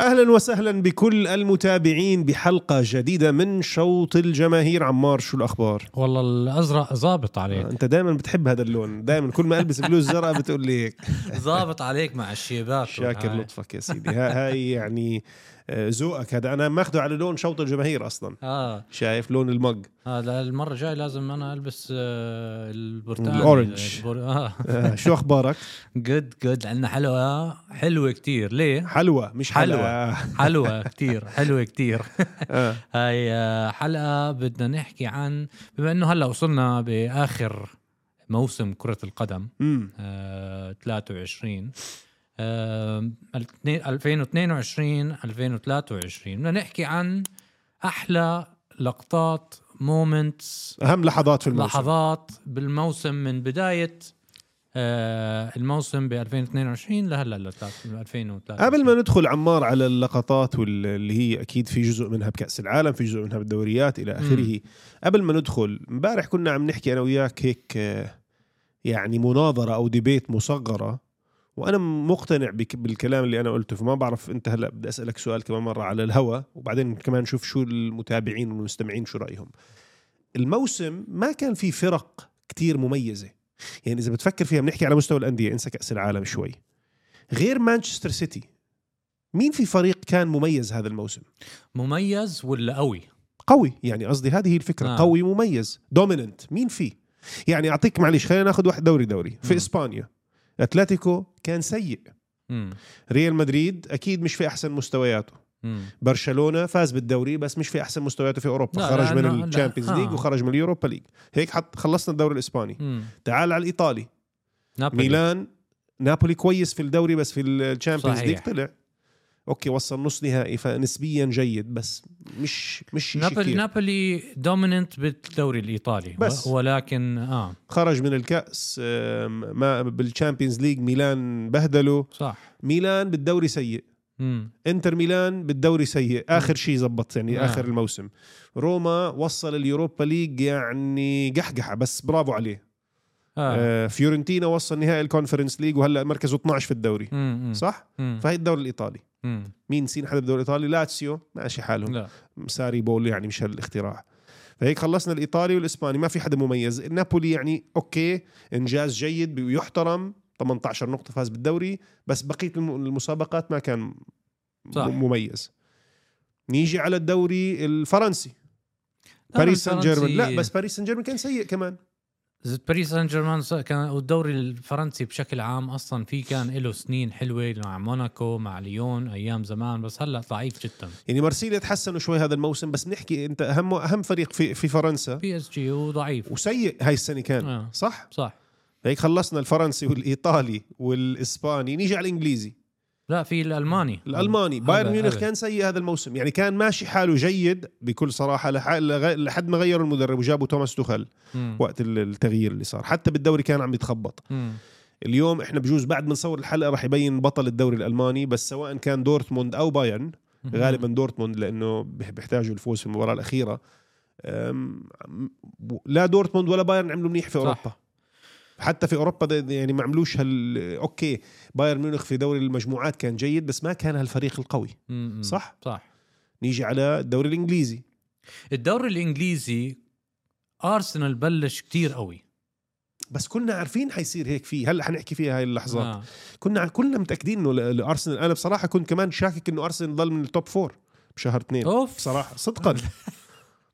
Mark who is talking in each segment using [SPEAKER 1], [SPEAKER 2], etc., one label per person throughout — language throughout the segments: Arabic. [SPEAKER 1] اهلا وسهلا بكل المتابعين بحلقه جديده من شوط الجماهير عمار شو الاخبار
[SPEAKER 2] والله الازرق ظابط عليك
[SPEAKER 1] انت دائما بتحب هذا اللون دائما كل ما البس بلوز زرقاء بتقول لي هيك
[SPEAKER 2] ظابط عليك مع الشيبات
[SPEAKER 1] شاكر
[SPEAKER 2] والهاي.
[SPEAKER 1] لطفك يا سيدي ها- هاي يعني آه، ذوقك هذا انا ماخده على لون شوط الجماهير اصلا
[SPEAKER 2] اه
[SPEAKER 1] شايف لون المج
[SPEAKER 2] اه لا، المره الجايه لازم انا البس آه البرتقال
[SPEAKER 1] الأورنج.
[SPEAKER 2] البر... اه
[SPEAKER 1] آه، شو اخبارك
[SPEAKER 2] جود جود لانه حلوه حلوه كتير ليه
[SPEAKER 1] حلوه مش آه.
[SPEAKER 2] حلوة.
[SPEAKER 1] حلوه
[SPEAKER 2] حلوه كتير حلوه كتير
[SPEAKER 1] آه.
[SPEAKER 2] هاي آه، حلقه بدنا نحكي عن بما انه هلا وصلنا باخر موسم كره القدم
[SPEAKER 1] أمم.
[SPEAKER 2] آه، 23 آه، الاتنين- 2022 2023 بدنا نحكي عن احلى لقطات مومنتس
[SPEAKER 1] اهم لحظات في الموسم
[SPEAKER 2] لحظات بالموسم من بدايه آه، الموسم ب 2022 لهلا ل 2023
[SPEAKER 1] قبل ما ندخل عمار على اللقطات وال- اللي هي اكيد في جزء منها بكاس العالم في جزء منها بالدوريات الى اخره قبل ما ندخل امبارح كنا عم نحكي انا وياك هيك آه، يعني مناظره او ديبيت مصغره وانا مقتنع بك- بالكلام اللي انا قلته فما بعرف انت هلا بدي اسالك سؤال كمان مره على الهوا وبعدين كمان نشوف شو المتابعين والمستمعين شو رايهم الموسم ما كان في فرق كتير مميزه يعني اذا بتفكر فيها بنحكي على مستوى الانديه انسى كاس العالم شوي غير مانشستر سيتي مين في فريق كان مميز هذا الموسم
[SPEAKER 2] مميز ولا قوي؟
[SPEAKER 1] قوي يعني قصدي هذه هي الفكره آه.
[SPEAKER 2] آه.
[SPEAKER 1] قوي مميز دوميننت مين في يعني اعطيك معلش خلينا ناخذ واحد دوري دوري في
[SPEAKER 2] مم.
[SPEAKER 1] اسبانيا اتلتيكو كان سيء
[SPEAKER 2] مم.
[SPEAKER 1] ريال مدريد اكيد مش في احسن مستوياته
[SPEAKER 2] مم.
[SPEAKER 1] برشلونه فاز بالدوري بس مش في احسن مستوياته في اوروبا
[SPEAKER 2] لا،
[SPEAKER 1] خرج
[SPEAKER 2] لأنه-
[SPEAKER 1] من
[SPEAKER 2] لا،
[SPEAKER 1] الشامبيونز
[SPEAKER 2] آه.
[SPEAKER 1] ليج وخرج من اليوروبا ليج هيك حط خلصنا الدوري الاسباني
[SPEAKER 2] مم.
[SPEAKER 1] تعال على الايطالي
[SPEAKER 2] نابولي.
[SPEAKER 1] ميلان نابولي كويس في الدوري بس في الشامبيونز ليج
[SPEAKER 2] صحيح.
[SPEAKER 1] طلع اوكي وصل نص نهائي فنسبيا جيد بس مش مش شيء
[SPEAKER 2] نابولي
[SPEAKER 1] كتير.
[SPEAKER 2] نابولي دوميننت بالدوري الايطالي
[SPEAKER 1] بس.
[SPEAKER 2] بس. ولكن اه
[SPEAKER 1] خرج من الكاس آم، ما بالشامبيونز ليج ميلان بهدله
[SPEAKER 2] صح
[SPEAKER 1] ميلان بالدوري سيء
[SPEAKER 2] مم.
[SPEAKER 1] انتر ميلان بالدوري سيء اخر شيء زبط يعني
[SPEAKER 2] آه.
[SPEAKER 1] اخر الموسم روما وصل اليوروبا ليج يعني قحقحه بس برافو عليه
[SPEAKER 2] اه
[SPEAKER 1] آه. فيورنتينا وصل نهائي الكونفرنس ليج وهلا مركزه 12 في الدوري
[SPEAKER 2] مم. مم.
[SPEAKER 1] صح
[SPEAKER 2] مم.
[SPEAKER 1] فهي الدوري الايطالي
[SPEAKER 2] مم.
[SPEAKER 1] مين سين حدا بالدوري الايطالي لاتسيو ماشي حالهم
[SPEAKER 2] لا
[SPEAKER 1] ساري بول يعني مش هالاختراع فهيك خلصنا الايطالي والاسباني ما في حدا مميز نابولي يعني اوكي انجاز جيد ويحترم 18 نقطه فاز بالدوري بس بقيه الم- المسابقات ما كان م-
[SPEAKER 2] صح.
[SPEAKER 1] مميز نيجي على الدوري الفرنسي
[SPEAKER 2] آه،
[SPEAKER 1] باريس سان جيرمان لا بس باريس سان جيرمان كان سيء كمان
[SPEAKER 2] زد باريس سان جيرمان ص- كان والدوري الفرنسي بشكل عام اصلا في كان له سنين حلوه مع موناكو مع ليون ايام زمان بس هلا ضعيف جدا
[SPEAKER 1] يعني مارسيليا تحسنوا شوي هذا الموسم بس بنحكي انت اهم اهم فريق في في فرنسا
[SPEAKER 2] بي اس جي وضعيف
[SPEAKER 1] وسيء هاي السنه كان
[SPEAKER 2] آه.
[SPEAKER 1] صح
[SPEAKER 2] صح
[SPEAKER 1] هيك خلصنا الفرنسي والايطالي والاسباني نيجي على الانجليزي
[SPEAKER 2] لا في الالماني
[SPEAKER 1] الالماني
[SPEAKER 2] هذا-
[SPEAKER 1] بايرن ميونخ
[SPEAKER 2] هذا.
[SPEAKER 1] كان سيء هذا الموسم يعني كان ماشي حاله جيد بكل صراحه لح- لغ- لحد ما غيروا المدرب وجابوا توماس توخل
[SPEAKER 2] مم.
[SPEAKER 1] وقت ال- التغيير اللي صار حتى بالدوري كان عم يتخبط
[SPEAKER 2] مم.
[SPEAKER 1] اليوم احنا بجوز بعد ما نصور الحلقه رح يبين بطل الدوري الالماني بس سواء كان دورتموند او بايرن غالبا دورتموند لانه بح- بيحتاجوا الفوز في المباراه الاخيره أم، و- لا دورتموند ولا بايرن عملوا منيح في
[SPEAKER 2] صح.
[SPEAKER 1] اوروبا حتى في اوروبا ده- ده يعني ما عملوش هال اوكي بايرن ميونخ في دوري المجموعات كان جيد بس ما كان هالفريق القوي
[SPEAKER 2] مم. مم.
[SPEAKER 1] صح؟
[SPEAKER 2] صح
[SPEAKER 1] نيجي على الدوري الانجليزي
[SPEAKER 2] الدوري الانجليزي ارسنال بلش كتير قوي
[SPEAKER 1] بس كلنا عارفين حيصير هيك فيه هلا حنحكي فيها هاي اللحظات آه.
[SPEAKER 2] آه.
[SPEAKER 1] كنا كلنا متاكدين انه ل- لارسنال انا بصراحه كنت كمان شاكك انه ارسنال ضل من التوب فور بشهر اثنين
[SPEAKER 2] اوف
[SPEAKER 1] بصراحه صدقا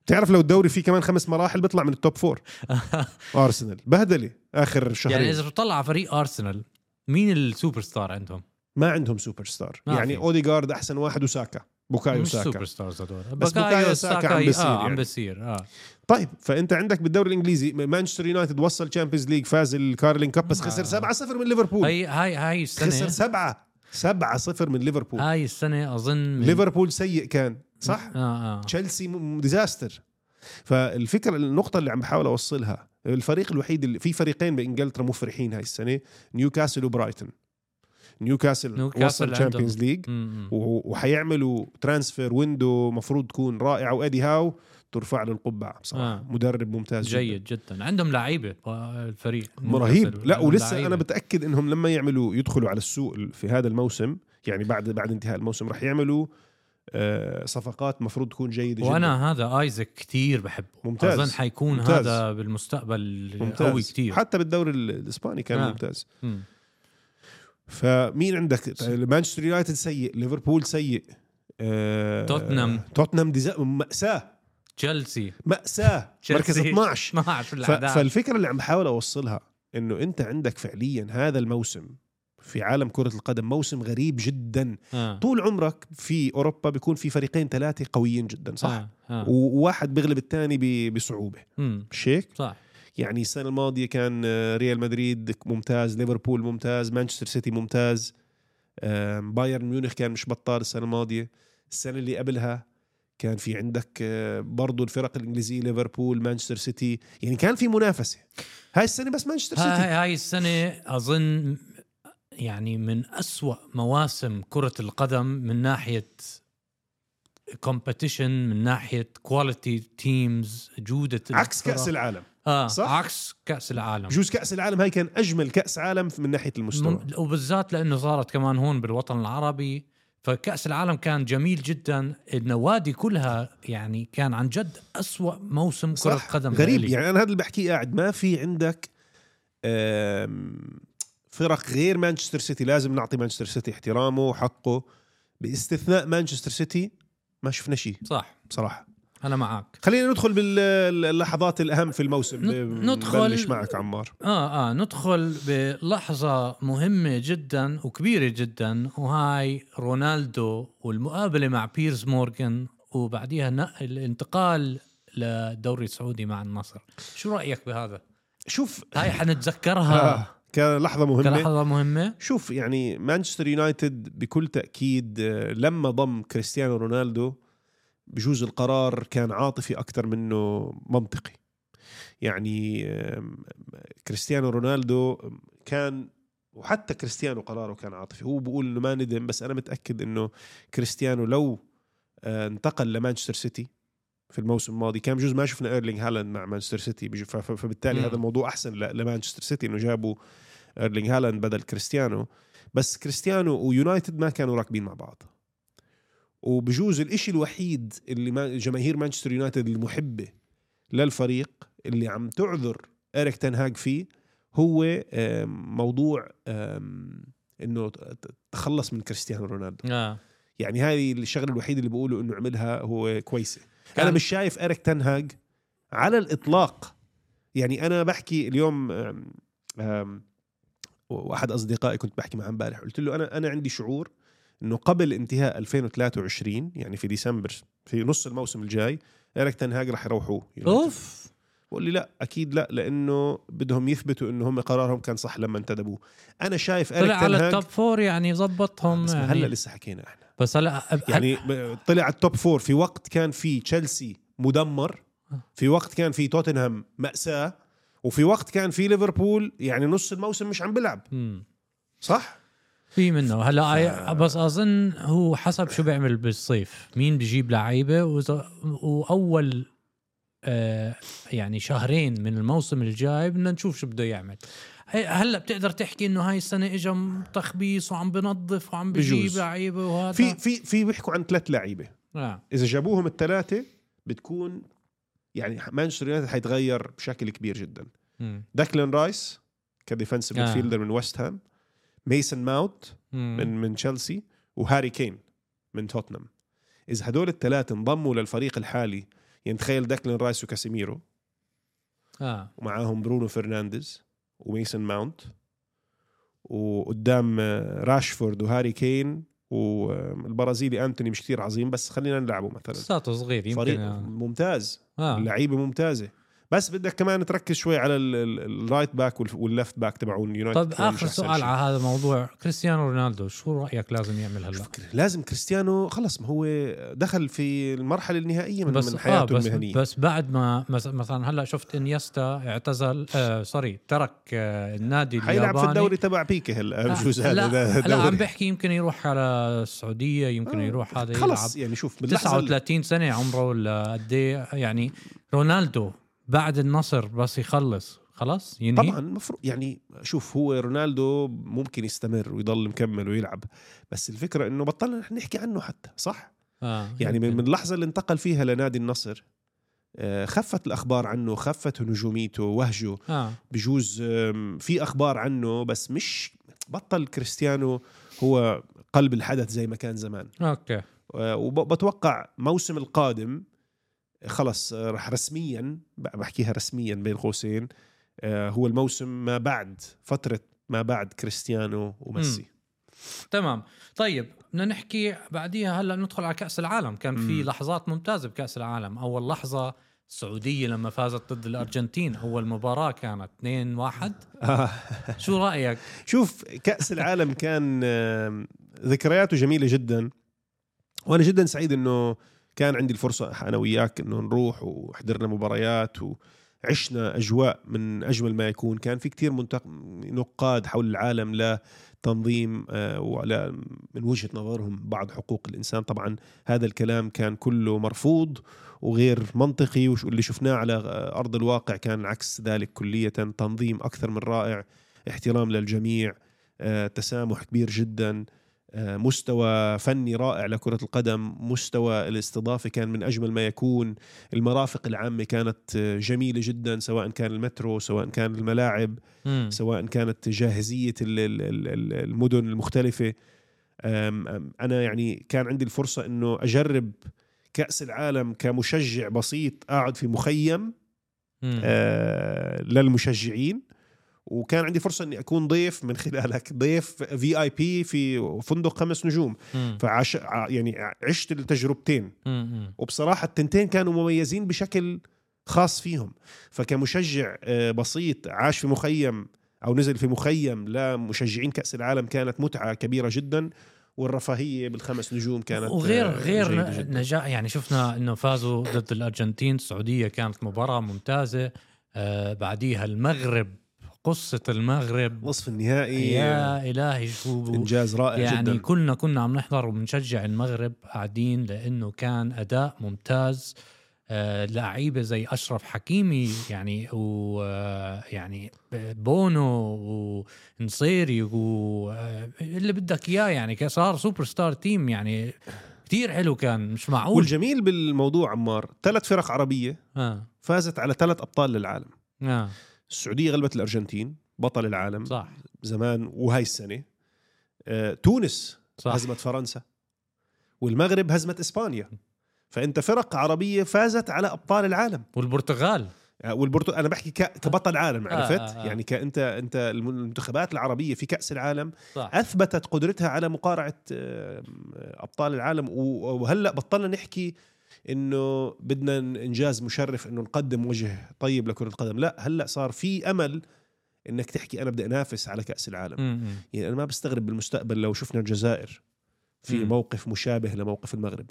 [SPEAKER 1] بتعرف لو الدوري فيه كمان خمس مراحل بيطلع من التوب فور ارسنال بهدله اخر شهرين
[SPEAKER 2] يعني اذا بتطلع يعني على فريق ارسنال مين السوبر ستار عندهم؟
[SPEAKER 1] ما عندهم سوبر ستار
[SPEAKER 2] ما
[SPEAKER 1] يعني
[SPEAKER 2] في.
[SPEAKER 1] اوديجارد احسن واحد وساكا بوكايو
[SPEAKER 2] مش
[SPEAKER 1] ساكا
[SPEAKER 2] سوبر ستارز هدول
[SPEAKER 1] بس بوكايو ساكا عم بيصير
[SPEAKER 2] اه
[SPEAKER 1] يعني.
[SPEAKER 2] عم بيصير اه
[SPEAKER 1] طيب فانت عندك بالدوري الانجليزي مانشستر يونايتد وصل تشامبيونز ليج فاز الكارلين كاب بس
[SPEAKER 2] آه. طيب،
[SPEAKER 1] خسر 7-0 من ليفربول
[SPEAKER 2] هاي هاي هاي السنه
[SPEAKER 1] خسر 7 7-0 من ليفربول
[SPEAKER 2] هاي السنه اظن من-
[SPEAKER 1] ليفربول سيء كان صح
[SPEAKER 2] اه اه
[SPEAKER 1] تشيلسي م- ديزاستر فالفكره النقطه اللي عم بحاول اوصلها الفريق الوحيد اللي في فريقين بانجلترا مفرحين هاي السنه نيوكاسل وبرايتون نيوكاسل
[SPEAKER 2] نيوكاسل
[SPEAKER 1] وصل
[SPEAKER 2] عندهم.
[SPEAKER 1] تشامبيونز ليج
[SPEAKER 2] م- م.
[SPEAKER 1] و- وحيعملوا ترانسفير ويندو مفروض تكون رائعه وادي هاو ترفع له القبعه بصراحه آه.
[SPEAKER 2] آه.
[SPEAKER 1] مدرب ممتاز جداً.
[SPEAKER 2] جيد جدا عندهم لعيبه آه، الفريق
[SPEAKER 1] رهيب لا
[SPEAKER 2] عندهم
[SPEAKER 1] ولسه
[SPEAKER 2] لعيبة.
[SPEAKER 1] انا بتاكد انهم لما يعملوا يدخلوا على السوق في هذا الموسم يعني بعد بعد انتهاء الموسم رح يعملوا آه، صفقات مفروض تكون جيده جدا
[SPEAKER 2] وانا هذا ايزك كتير بحبه
[SPEAKER 1] ممتاز.
[SPEAKER 2] اظن حيكون
[SPEAKER 1] ممتاز.
[SPEAKER 2] هذا بالمستقبل
[SPEAKER 1] ممتاز
[SPEAKER 2] قوي كتير
[SPEAKER 1] حتى بالدوري ال- الاسباني كان
[SPEAKER 2] آه.
[SPEAKER 1] ممتاز
[SPEAKER 2] مم.
[SPEAKER 1] فمين عندك طيب، مانشستر يونايتد سيء ليفربول سيء آه،
[SPEAKER 2] توتنهام.
[SPEAKER 1] توتنهام ديزا- مأساة
[SPEAKER 2] تشيلسي
[SPEAKER 1] مأساة مركز
[SPEAKER 2] تشيلسي.
[SPEAKER 1] 12
[SPEAKER 2] ما اعرف
[SPEAKER 1] ف-
[SPEAKER 2] الاعداد
[SPEAKER 1] فالفكرة اللي عم بحاول أوصلها إنه أنت عندك فعليا هذا الموسم في عالم كرة القدم موسم غريب جدا
[SPEAKER 2] آه.
[SPEAKER 1] طول عمرك في أوروبا بيكون في فريقين ثلاثة قويين جدا صح
[SPEAKER 2] آه. آه.
[SPEAKER 1] وواحد بيغلب الثاني ب- بصعوبة
[SPEAKER 2] مم.
[SPEAKER 1] مش هيك
[SPEAKER 2] صح
[SPEAKER 1] يعني السنة الماضية كان آه، ريال مدريد ممتاز ليفربول ممتاز مانشستر سيتي ممتاز آم، بايرن ميونخ كان مش بطال السنة الماضية السنة اللي قبلها كان في عندك آه، برضو الفرق الإنجليزية ليفربول مانشستر سيتي يعني كان في منافسة هاي السنة بس مانشستر سيتي
[SPEAKER 2] آه، هاي, هاي السنة أظن يعني من أسوأ مواسم كرة القدم من ناحية competition من ناحية quality teams جودة
[SPEAKER 1] عكس
[SPEAKER 2] الفرق.
[SPEAKER 1] كأس العالم
[SPEAKER 2] آه
[SPEAKER 1] صح؟
[SPEAKER 2] صح؟ عكس كأس العالم
[SPEAKER 1] بجوز كأس العالم هاي كان أجمل كأس عالم من ناحية المستوى
[SPEAKER 2] مم- وبالذات لأنه صارت كمان هون بالوطن العربي فكأس العالم كان جميل جدا النوادي كلها يعني كان عن جد أسوأ موسم كرة
[SPEAKER 1] صح
[SPEAKER 2] قدم
[SPEAKER 1] غريب
[SPEAKER 2] لإلي.
[SPEAKER 1] يعني انا هذا اللي بحكيه قاعد ما في عندك آم، فرق غير مانشستر سيتي لازم نعطي مانشستر سيتي احترامه وحقه باستثناء مانشستر سيتي ما شفنا شيء
[SPEAKER 2] صح
[SPEAKER 1] بصراحه
[SPEAKER 2] أنا معك
[SPEAKER 1] خلينا ندخل باللحظات الاهم في الموسم
[SPEAKER 2] ن- ندخل-
[SPEAKER 1] بلش معك عمار
[SPEAKER 2] آه آه ندخل بلحظة مهمة جدا وكبيرة جدا وهاي رونالدو والمقابلة مع بيرز مورغان وبعديها ن- الانتقال للدوري السعودي مع النصر شو رأيك بهذا؟
[SPEAKER 1] شوف
[SPEAKER 2] هاي
[SPEAKER 1] آه.
[SPEAKER 2] حنتذكرها
[SPEAKER 1] كان لحظه مهمه
[SPEAKER 2] كلحظة مهمة
[SPEAKER 1] شوف يعني مانشستر يونايتد بكل تاكيد آه، لما ضم كريستيانو رونالدو بجوز القرار كان عاطفي اكثر منه منطقي يعني آم، كريستيانو رونالدو كان وحتى كريستيانو قراره كان عاطفي هو بيقول انه ما ندم بس انا متاكد انه كريستيانو لو آه، انتقل لمانشستر سيتي في الموسم الماضي كان بجوز ما شفنا ايرلينغ هالاند مع مانشستر سيتي بيجو- ف- ف- فبالتالي
[SPEAKER 2] مم.
[SPEAKER 1] هذا الموضوع احسن ل- لمانشستر سيتي انه جابوا ايرلينغ هالاند بدل كريستيانو بس كريستيانو ويونايتد ما كانوا راكبين مع بعض وبجوز الإشي الوحيد اللي ما جماهير مانشستر يونايتد المحبة للفريق اللي عم تعذر إيريك تنهاج فيه هو آم، موضوع آم، انه ت- تخلص من كريستيانو رونالدو
[SPEAKER 2] آه.
[SPEAKER 1] يعني هذه الشغله الوحيده اللي بقوله انه عملها هو كويسه انا
[SPEAKER 2] كان-
[SPEAKER 1] مش شايف إيريك تنهاج على الاطلاق يعني انا بحكي اليوم آم، آم، واحد اصدقائي كنت بحكي معه امبارح قلت له انا انا عندي شعور انه قبل انتهاء 2023 يعني في ديسمبر في نص الموسم الجاي إيريك تنهاج رح يروحوه يونايتد.
[SPEAKER 2] أوف
[SPEAKER 1] بقول لي لا اكيد لا لانه بدهم يثبتوا انه هم قرارهم كان صح لما انتدبوه انا شايف إيريك
[SPEAKER 2] طلع على
[SPEAKER 1] تنهاج
[SPEAKER 2] التوب فور يعني ظبطهم
[SPEAKER 1] بس ما
[SPEAKER 2] يعني
[SPEAKER 1] هلا لسه حكينا احنا
[SPEAKER 2] بس هلا
[SPEAKER 1] يعني ب- طلع التوب فور في وقت كان في تشيلسي مدمر
[SPEAKER 2] آه.
[SPEAKER 1] في وقت كان في توتنهام مأساة وفي وقت كان في ليفربول يعني نص الموسم مش عم بلعب
[SPEAKER 2] مم.
[SPEAKER 1] صح؟
[SPEAKER 2] في منه هلا ف... بس اظن هو حسب شو بيعمل بالصيف مين بيجيب لعيبه وإذا- واول آه يعني شهرين من الموسم الجاي بدنا نشوف شو بده يعمل هي- هلا بتقدر تحكي انه هاي السنه اجى م- تخبيص وعم بنظف وعم بجيب
[SPEAKER 1] بجوز.
[SPEAKER 2] لعيبه وهذا
[SPEAKER 1] في في في بيحكوا عن ثلاث لعيبة
[SPEAKER 2] آه.
[SPEAKER 1] إذا جابوهم الثلاثة بتكون يعني مانشستر يونايتد حيتغير بشكل كبير جدا
[SPEAKER 2] مم.
[SPEAKER 1] داكلين رايس كديفنسيف
[SPEAKER 2] آه.
[SPEAKER 1] ميدفيلدر من ويست هام ميسن ماوت
[SPEAKER 2] مم.
[SPEAKER 1] من من تشيلسي وهاري كين من توتنهام اذا هدول الثلاثه انضموا للفريق الحالي يعني تخيل داكلين رايس وكاسيميرو
[SPEAKER 2] اه
[SPEAKER 1] ومعاهم برونو فرنانديز وميسن ماونت وقدام آه، راشفورد وهاري كين والبرازيلي انتوني مش كثير عظيم بس خلينا نلعبه مثلا
[SPEAKER 2] لساته صغير يمكن
[SPEAKER 1] فريق
[SPEAKER 2] آه.
[SPEAKER 1] ممتاز
[SPEAKER 2] آه.
[SPEAKER 1] لعيبه ممتازه بس بدك كمان تركز شوي على ال- ال- الرايت باك وال- واللفت باك تبعون يونايتد
[SPEAKER 2] طب
[SPEAKER 1] كمان مش
[SPEAKER 2] اخر
[SPEAKER 1] أحسن
[SPEAKER 2] طيب، سؤال
[SPEAKER 1] شيء.
[SPEAKER 2] على هذا الموضوع كريستيانو رونالدو شو رايك لازم يعمل هلا
[SPEAKER 1] لازم كريستيانو خلص ما هو دخل في المرحله النهائيه من,
[SPEAKER 2] بس آه،
[SPEAKER 1] من حياته
[SPEAKER 2] بس
[SPEAKER 1] المهنيه
[SPEAKER 2] بس بعد ما مس- مثلا هلا شفت انيستا اعتزل آه سوري ترك آه النادي
[SPEAKER 1] حيلعب
[SPEAKER 2] الياباني آه،
[SPEAKER 1] في الدوري تبع بيكي هلا بجوز
[SPEAKER 2] لا،
[SPEAKER 1] هذا
[SPEAKER 2] هلا عم
[SPEAKER 1] دوري
[SPEAKER 2] بحكي يمكن يروح على السعوديه يمكن
[SPEAKER 1] آه،
[SPEAKER 2] يروح هذا يلعب
[SPEAKER 1] خلص يعني شوف باللحظه اللي-
[SPEAKER 2] 39 إيه؟ سنه عمره ولا قد ايه يعني رونالدو بعد النصر بس يخلص خلاص ينهي
[SPEAKER 1] طبعا مفروض يعني شوف هو رونالدو ممكن يستمر ويضل مكمل ويلعب بس الفكره انه بطلنا نحن نحكي عنه حتى صح
[SPEAKER 2] آه
[SPEAKER 1] يعني من
[SPEAKER 2] يمكن.
[SPEAKER 1] من اللحظه اللي انتقل فيها لنادي النصر آه، خفت الاخبار عنه خفت نجوميته وهجه
[SPEAKER 2] آه.
[SPEAKER 1] بجوز آم، في اخبار عنه بس مش بطل كريستيانو هو قلب الحدث زي ما كان زمان
[SPEAKER 2] اوكي
[SPEAKER 1] آه، وبتوقع موسم القادم خلص آه، رح رسميا ب- بحكيها رسميا بين قوسين آه، هو الموسم ما بعد فترة ما بعد كريستيانو وميسي
[SPEAKER 2] تمام طيب بدنا نحكي بعديها هلا ندخل على كاس العالم كان في
[SPEAKER 1] مم.
[SPEAKER 2] لحظات ممتازه بكاس العالم اول لحظه السعوديه لما فازت ضد الارجنتين اول مباراه كانت 2-1
[SPEAKER 1] آه،
[SPEAKER 2] شو رايك
[SPEAKER 1] شوف كأس العالم كان آم، ذكرياته جميلة جدا وأنا جدا سعيد أنه كان عندي الفرصة أنا وياك أنه نروح وحضرنا مباريات وعشنا أجواء من أجمل ما يكون كان في كتير منتق... نقاد حول العالم لتنظيم آه، وعلى من وجهة نظرهم بعض حقوق الإنسان طبعا هذا الكلام كان كله مرفوض وغير منطقي واللي شفناه على آه، أرض الواقع كان عكس ذلك كلية تنظيم أكثر من رائع احترام للجميع آه، تسامح كبير جدا آه، مستوى فني رائع لكرة القدم مستوى الاستضافة كان من أجمل ما يكون المرافق العامة كانت آه، جميلة جدا سواء كان المترو سواء كان الملاعب
[SPEAKER 2] مم.
[SPEAKER 1] سواء كانت جاهزية ال- ال- ال- ال- المدن المختلفة أم- أم- أنا يعني كان عندي الفرصة أنه أجرب كأس العالم كمشجع بسيط قاعد في مخيم
[SPEAKER 2] مم.
[SPEAKER 1] آه، للمشجعين وكان عندي فرصه اني اكون ضيف من خلالك ضيف في اي بي في فندق خمس نجوم
[SPEAKER 2] مم.
[SPEAKER 1] فعش ع- يعني عشت التجربتين
[SPEAKER 2] مم. مم.
[SPEAKER 1] وبصراحه التنتين كانوا مميزين بشكل خاص فيهم فكمشجع آه، بسيط عاش في مخيم او نزل في مخيم لمشجعين كاس العالم كانت متعه كبيره جدا والرفاهيه بالخمس نجوم كانت
[SPEAKER 2] وغير
[SPEAKER 1] آه،
[SPEAKER 2] غير
[SPEAKER 1] جيدة جداً.
[SPEAKER 2] نجاح يعني شفنا انه فازوا ضد الارجنتين السعوديه كانت مباراه ممتازه آه بعديها المغرب قصه المغرب
[SPEAKER 1] نصف النهائي
[SPEAKER 2] يا الهي شو
[SPEAKER 1] انجاز رائع
[SPEAKER 2] يعني
[SPEAKER 1] جدا
[SPEAKER 2] كلنا كنا عم نحضر وبنشجع المغرب قاعدين لانه كان اداء ممتاز آه، لعيبه زي اشرف حكيمي يعني و آه، يعني بونو ونصيري و آه، اللي بدك اياه يعني كان صار سوبر ستار تيم يعني كثير حلو كان مش معقول
[SPEAKER 1] والجميل بالموضوع عمار ثلاث فرق عربية
[SPEAKER 2] اه
[SPEAKER 1] فازت على ثلاث أبطال للعالم
[SPEAKER 2] اه
[SPEAKER 1] السعودية غلبت الأرجنتين بطل العالم صح.
[SPEAKER 2] صح
[SPEAKER 1] زمان وهاي السنة آه، تونس صح.
[SPEAKER 2] صح
[SPEAKER 1] هزمت فرنسا والمغرب هزمت إسبانيا فأنت فرق عربية فازت على أبطال العالم
[SPEAKER 2] والبرتغال
[SPEAKER 1] آه، والبرتو أنا بحكي ك- كبطل عالم
[SPEAKER 2] آه،
[SPEAKER 1] عرفت
[SPEAKER 2] آه، آه.
[SPEAKER 1] يعني كأنت أنت المنتخبات العربية في كأس العالم
[SPEAKER 2] صح
[SPEAKER 1] اثبتت قدرتها على مقارعه آه، ابطال العالم و- وهلا بطلنا نحكي انه بدنا انجاز مشرف انه نقدم وجه طيب لكره القدم لا هلا صار في امل انك تحكي انا بدي انافس على كاس العالم
[SPEAKER 2] م- م.
[SPEAKER 1] يعني انا ما بستغرب بالمستقبل لو شفنا الجزائر في
[SPEAKER 2] مم.
[SPEAKER 1] موقف مشابه لموقف المغرب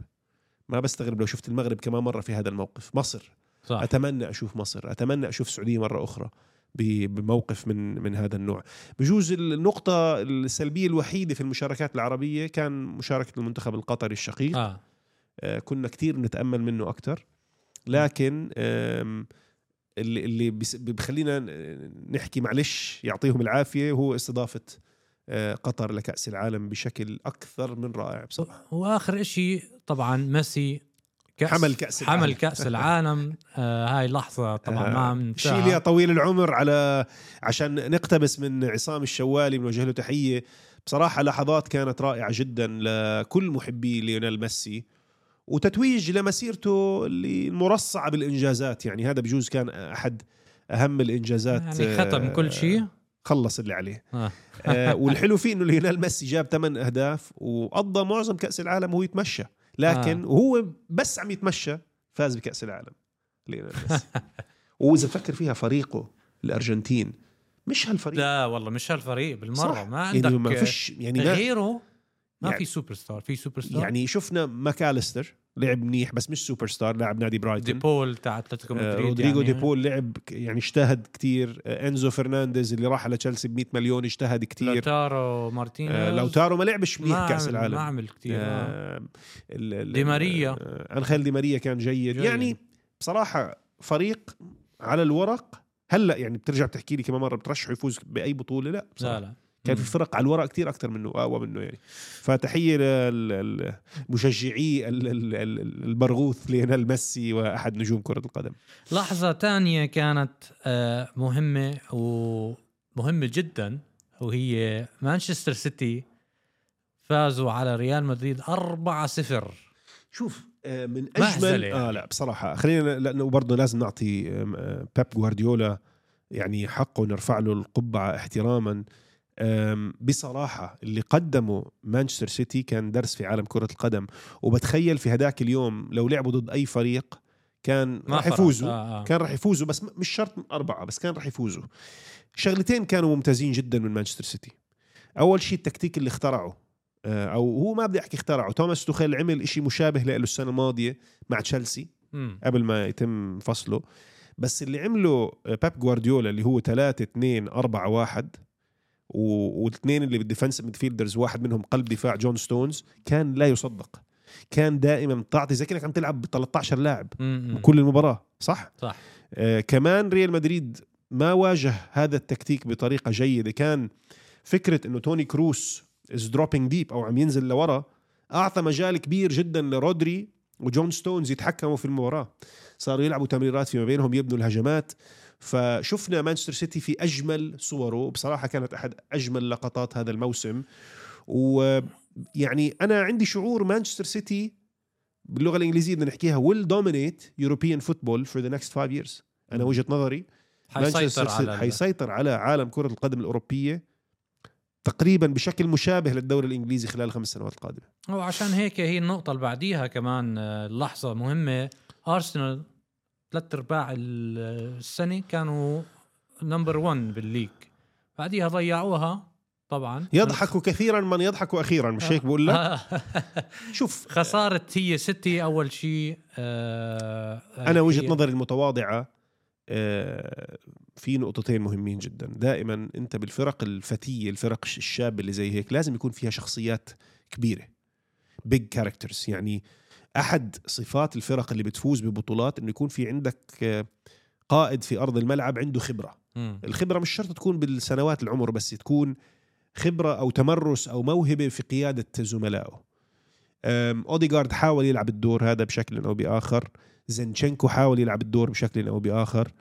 [SPEAKER 1] ما بستغرب لو شفت المغرب كمان مره في هذا الموقف مصر
[SPEAKER 2] صح
[SPEAKER 1] اتمنى اشوف مصر اتمنى اشوف السعوديه مره اخرى ب- بموقف من من هذا النوع بجوز النقطه السلبيه الوحيده في المشاركات العربيه كان مشاركه المنتخب القطري الشقيق
[SPEAKER 2] اه
[SPEAKER 1] آه. كنا كثير نتامل منه اكثر لكن آم، اللي اللي بس- بخلينا نحكي معلش يعطيهم العافيه هو استضافه آه، قطر لكاس العالم بشكل اكثر من رائع بصراحه
[SPEAKER 2] واخر إشي طبعا ميسي كأس
[SPEAKER 1] حمل كأس العالم.
[SPEAKER 2] حمل كاس العالم آه هاي لحظه طبعا ما
[SPEAKER 1] آه،
[SPEAKER 2] عم ننساها.
[SPEAKER 1] شيل يا طويل العمر على عشان نقتبس من عصام الشوالي بنوجه له تحيه بصراحه لحظات كانت رائعه جدا لكل محبي ليونيل ميسي وتتويج لمسيرته اللي مرصعه بالانجازات يعني هذا بجوز كان احد اهم الانجازات
[SPEAKER 2] يعني
[SPEAKER 1] آه،
[SPEAKER 2] ختم كل شيء
[SPEAKER 1] خلص اللي عليه
[SPEAKER 2] آه.
[SPEAKER 1] آه، والحلو فيه انه ليونيل ميسي جاب 8 اهداف وقضى معظم كاس العالم وهو يتمشى لكن آه. وهو بس عم يتمشى فاز بكاس العالم ليونيل ميسي واذا تفكر فيها فريقه الارجنتين مش هالفريق
[SPEAKER 2] لا والله مش هالفريق بالمره
[SPEAKER 1] صح.
[SPEAKER 2] ما عندك
[SPEAKER 1] يعني ما فيش يعني ما
[SPEAKER 2] غيره ما
[SPEAKER 1] يعني-
[SPEAKER 2] في سوبر ستار في سوبر ستار يعني
[SPEAKER 1] يعني شفنا ماكاليستر لعب منيح بس مش سوبر ستار لاعب نادي برايتون
[SPEAKER 2] ديبول تاع اتلتيكو
[SPEAKER 1] آه،
[SPEAKER 2] مدريد
[SPEAKER 1] رودريجو
[SPEAKER 2] يعني.
[SPEAKER 1] ديبول لعب ك- يعني اجتهد كتير آه، انزو فرنانديز اللي راح على تشيلسي ب 100 مليون اجتهد كتير
[SPEAKER 2] لوتارو مارتينيز
[SPEAKER 1] آه، لوتارو ما لعبش منيح
[SPEAKER 2] ما
[SPEAKER 1] كاس
[SPEAKER 2] عمل-
[SPEAKER 1] العالم
[SPEAKER 2] ما عمل كثير آه.
[SPEAKER 1] آه، ال- ال-
[SPEAKER 2] دي ماريا.
[SPEAKER 1] آه، انخيل دي ماريا كان جيد
[SPEAKER 2] جيد.
[SPEAKER 1] يعني بصراحه فريق على الورق هلا يعني بترجع بتحكي لي كمان مره بترشحه يفوز باي بطوله لا
[SPEAKER 2] لا
[SPEAKER 1] بصراحه
[SPEAKER 2] لا
[SPEAKER 1] كان
[SPEAKER 2] مم.
[SPEAKER 1] في فرق على الورق كتير اكثر منه اقوى منه يعني فتحيه لمشجعي البرغوث ليونيل ميسي واحد نجوم كره القدم
[SPEAKER 2] لحظة تانية كانت آه، مهمة ومهمة جدا وهي مانشستر سيتي فازوا على ريال مدريد 4-0
[SPEAKER 1] شوف آه، من
[SPEAKER 2] مهزلة
[SPEAKER 1] اجمل
[SPEAKER 2] يعني.
[SPEAKER 1] اه لا بصراحه خلينا لانه برضه لازم نعطي آم، آه، بيب جوارديولا يعني حقه نرفع له القبعه احتراما آم، بصراحه اللي قدمه مانشستر سيتي كان درس في عالم كره القدم وبتخيل في هداك اليوم لو لعبوا ضد اي فريق كان
[SPEAKER 2] ما
[SPEAKER 1] راح
[SPEAKER 2] فرق.
[SPEAKER 1] يفوزوا
[SPEAKER 2] آه آه.
[SPEAKER 1] كان راح يفوزوا بس م- مش شرط أربعة بس كان راح يفوزوا شغلتين كانوا ممتازين جدا من مانشستر سيتي أول شيء التكتيك اللي اخترعه آه، أو هو ما بدي أحكي اخترعه توماس توخيل عمل إشي مشابه له السنة الماضية مع تشيلسي
[SPEAKER 2] مم.
[SPEAKER 1] قبل ما يتم فصله بس اللي عمله آه، باب جوارديولا اللي هو 3 2 4 1 و- والاثنين اللي بالديفنس ميدفيلدرز واحد منهم قلب دفاع جون ستونز كان لا يصدق كان دائما تعطي زي كانك عم تلعب ب 13 لاعب
[SPEAKER 2] مم. مم.
[SPEAKER 1] كل المباراه صح
[SPEAKER 2] صح
[SPEAKER 1] آه، كمان ريال مدريد ما واجه هذا التكتيك بطريقه جيده كان فكره انه توني كروس از دروبينج ديب او عم ينزل لورا اعطى مجال كبير جدا لرودري وجون ستونز يتحكموا في المباراه صاروا يلعبوا تمريرات فيما بينهم يبنوا الهجمات فشفنا مانشستر سيتي في اجمل صوره بصراحه كانت احد اجمل لقطات هذا الموسم ويعني انا عندي شعور مانشستر سيتي باللغه الانجليزيه بدنا نحكيها will dominate European football for the next five years انا وجهه نظري
[SPEAKER 2] حيسيطر
[SPEAKER 1] مانشستر سيتي
[SPEAKER 2] على ال-
[SPEAKER 1] حيسيطر على عالم كره القدم الاوروبيه تقريبا بشكل مشابه للدوري الانجليزي خلال الخمس سنوات القادمه
[SPEAKER 2] وعشان هيك هي النقطة اللي بعديها كمان آه، لحظة مهمة أرسنال ثلاث أرباع ال- السنة كانوا نمبر 1 بالليج بعديها ضيعوها طبعا
[SPEAKER 1] يضحك كثيرا من يضحك اخيرا
[SPEAKER 2] آه.
[SPEAKER 1] مش هيك بقول لك شوف
[SPEAKER 2] خساره هي سيتي اول شيء آه
[SPEAKER 1] انا وجهه
[SPEAKER 2] هي-
[SPEAKER 1] نظري المتواضعه آه، في نقطتين مهمين جدا دائما انت بالفرق الفتيه الفرق الش- الشابه اللي زي هيك لازم يكون فيها شخصيات كبيره بيج كاركترز يعني احد صفات الفرق اللي بتفوز ببطولات انه يكون في عندك آه، قائد في ارض الملعب عنده خبره
[SPEAKER 2] مم.
[SPEAKER 1] الخبره مش شرط تكون بالسنوات العمر بس تكون خبره او تمرس او موهبه في قياده زملائه أم، اوديغارد حاول يلعب الدور هذا بشكل او باخر زنشенко حاول يلعب الدور بشكل او باخر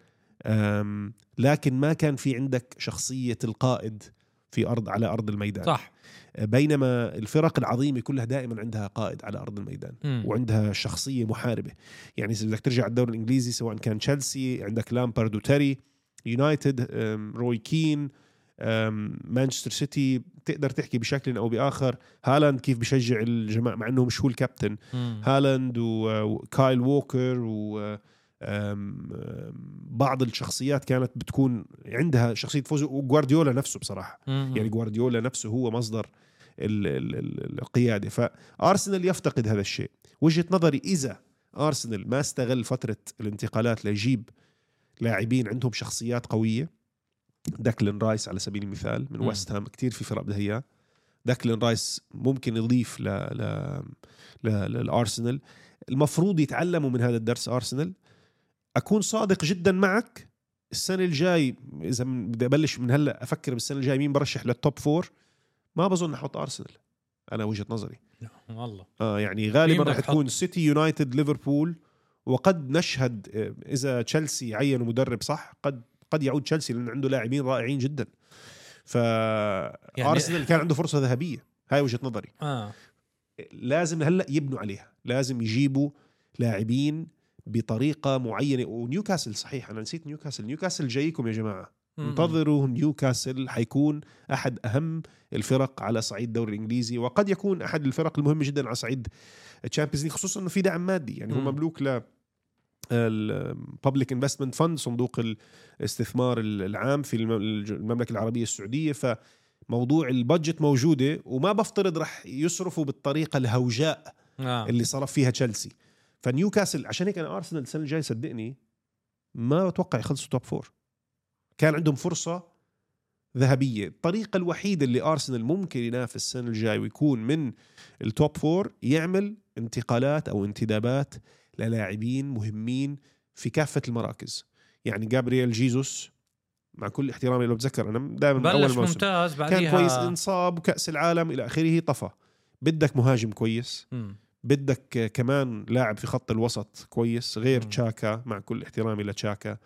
[SPEAKER 1] أم، لكن ما كان في عندك شخصيه القائد في ارض على ارض الميدان
[SPEAKER 2] صح
[SPEAKER 1] بينما الفرق العظيمه كلها دائما عندها قائد على ارض الميدان
[SPEAKER 2] مم.
[SPEAKER 1] وعندها شخصيه محاربه يعني اذا بدك ترجع على الدوري الانجليزي سواء كان تشيلسي عندك لامبارد وتيري يونايتد أم، روي كين أم، مانشستر سيتي تقدر تحكي بشكل او باخر هالاند كيف بشجع الجماعه مع انه مش هو الكابتن
[SPEAKER 2] مم.
[SPEAKER 1] هالاند و- وكايل ووكر و أم- أم، بعض الشخصيات كانت بتكون عندها شخصيه فوز وجوارديولا نفسه بصراحه
[SPEAKER 2] مم.
[SPEAKER 1] يعني جوارديولا نفسه هو مصدر ال ال ال القياده فارسنال يفتقد هذا الشيء وجهه نظري اذا ارسنال ما استغل فتره الانتقالات ليجيب لاعبين عندهم شخصيات قويه داكلين رايس على سبيل المثال من
[SPEAKER 2] مم.
[SPEAKER 1] ويست هام كثير في فرق بدها اياه داكلين رايس ممكن يضيف ل ل ل- للارسنال المفروض يتعلموا من هذا الدرس ارسنال اكون صادق جدا معك السنه الجاي اذا من- بدي ابلش من هلا افكر بالسنه الجاي مين برشح للتوب فور ما بظن احط ارسنال انا وجهه نظري
[SPEAKER 2] والله
[SPEAKER 1] آه يعني
[SPEAKER 2] مين
[SPEAKER 1] غالبا
[SPEAKER 2] بدك
[SPEAKER 1] رح
[SPEAKER 2] تحط؟
[SPEAKER 1] تكون سيتي يونايتد ليفربول وقد نشهد آه، اذا تشيلسي عينوا مدرب صح قد قد يعود تشيلسي لان عنده لاعبين رائعين جدا ف
[SPEAKER 2] يعني-
[SPEAKER 1] يعني ارسنال كان عنده فرصه ذهبيه هاي وجهه نظري
[SPEAKER 2] اه
[SPEAKER 1] لازم هلا يبنوا عليها لازم يجيبوا لاعبين بطريقه معينه ونيوكاسل صحيح انا نسيت نيوكاسل نيوكاسل جايكم يا جماعه
[SPEAKER 2] مم.
[SPEAKER 1] انتظروا نيوكاسل حيكون احد اهم الفرق على صعيد الدوري الانجليزي وقد يكون احد الفرق المهمه جدا على صعيد الشامبيونز ليج خصوصا انه في دعم مادي يعني هو
[SPEAKER 2] مم.
[SPEAKER 1] مملوك ل الببليك انفستمنت فند صندوق الاستثمار العام في الم- الج- المملكه العربيه السعوديه فموضوع البادجت موجوده وما بفترض رح يصرفوا بالطريقه الهوجاء
[SPEAKER 2] آه.
[SPEAKER 1] اللي صرف فيها تشيلسي فنيوكاسل عشان هيك انا ارسنال السنه الجايه صدقني ما بتوقع يخلصوا توب فور كان عندهم فرصه ذهبيه الطريقه الوحيده اللي ارسنال ممكن ينافس السنه الجاي ويكون من التوب فور يعمل انتقالات او انتدابات للاعبين مهمين في كافه المراكز يعني جابرييل جيزوس مع كل احترامي لو بتذكر انا دائما من اول
[SPEAKER 2] بلش
[SPEAKER 1] موسم
[SPEAKER 2] ممتاز
[SPEAKER 1] كان كويس
[SPEAKER 2] بعديها
[SPEAKER 1] انصاب وكاس العالم الى اخره طفى بدك مهاجم كويس
[SPEAKER 2] مم.
[SPEAKER 1] بدك آه، كمان لاعب في خط الوسط كويس غير
[SPEAKER 2] مم.
[SPEAKER 1] تشاكا مع كل احترامي لتشاكا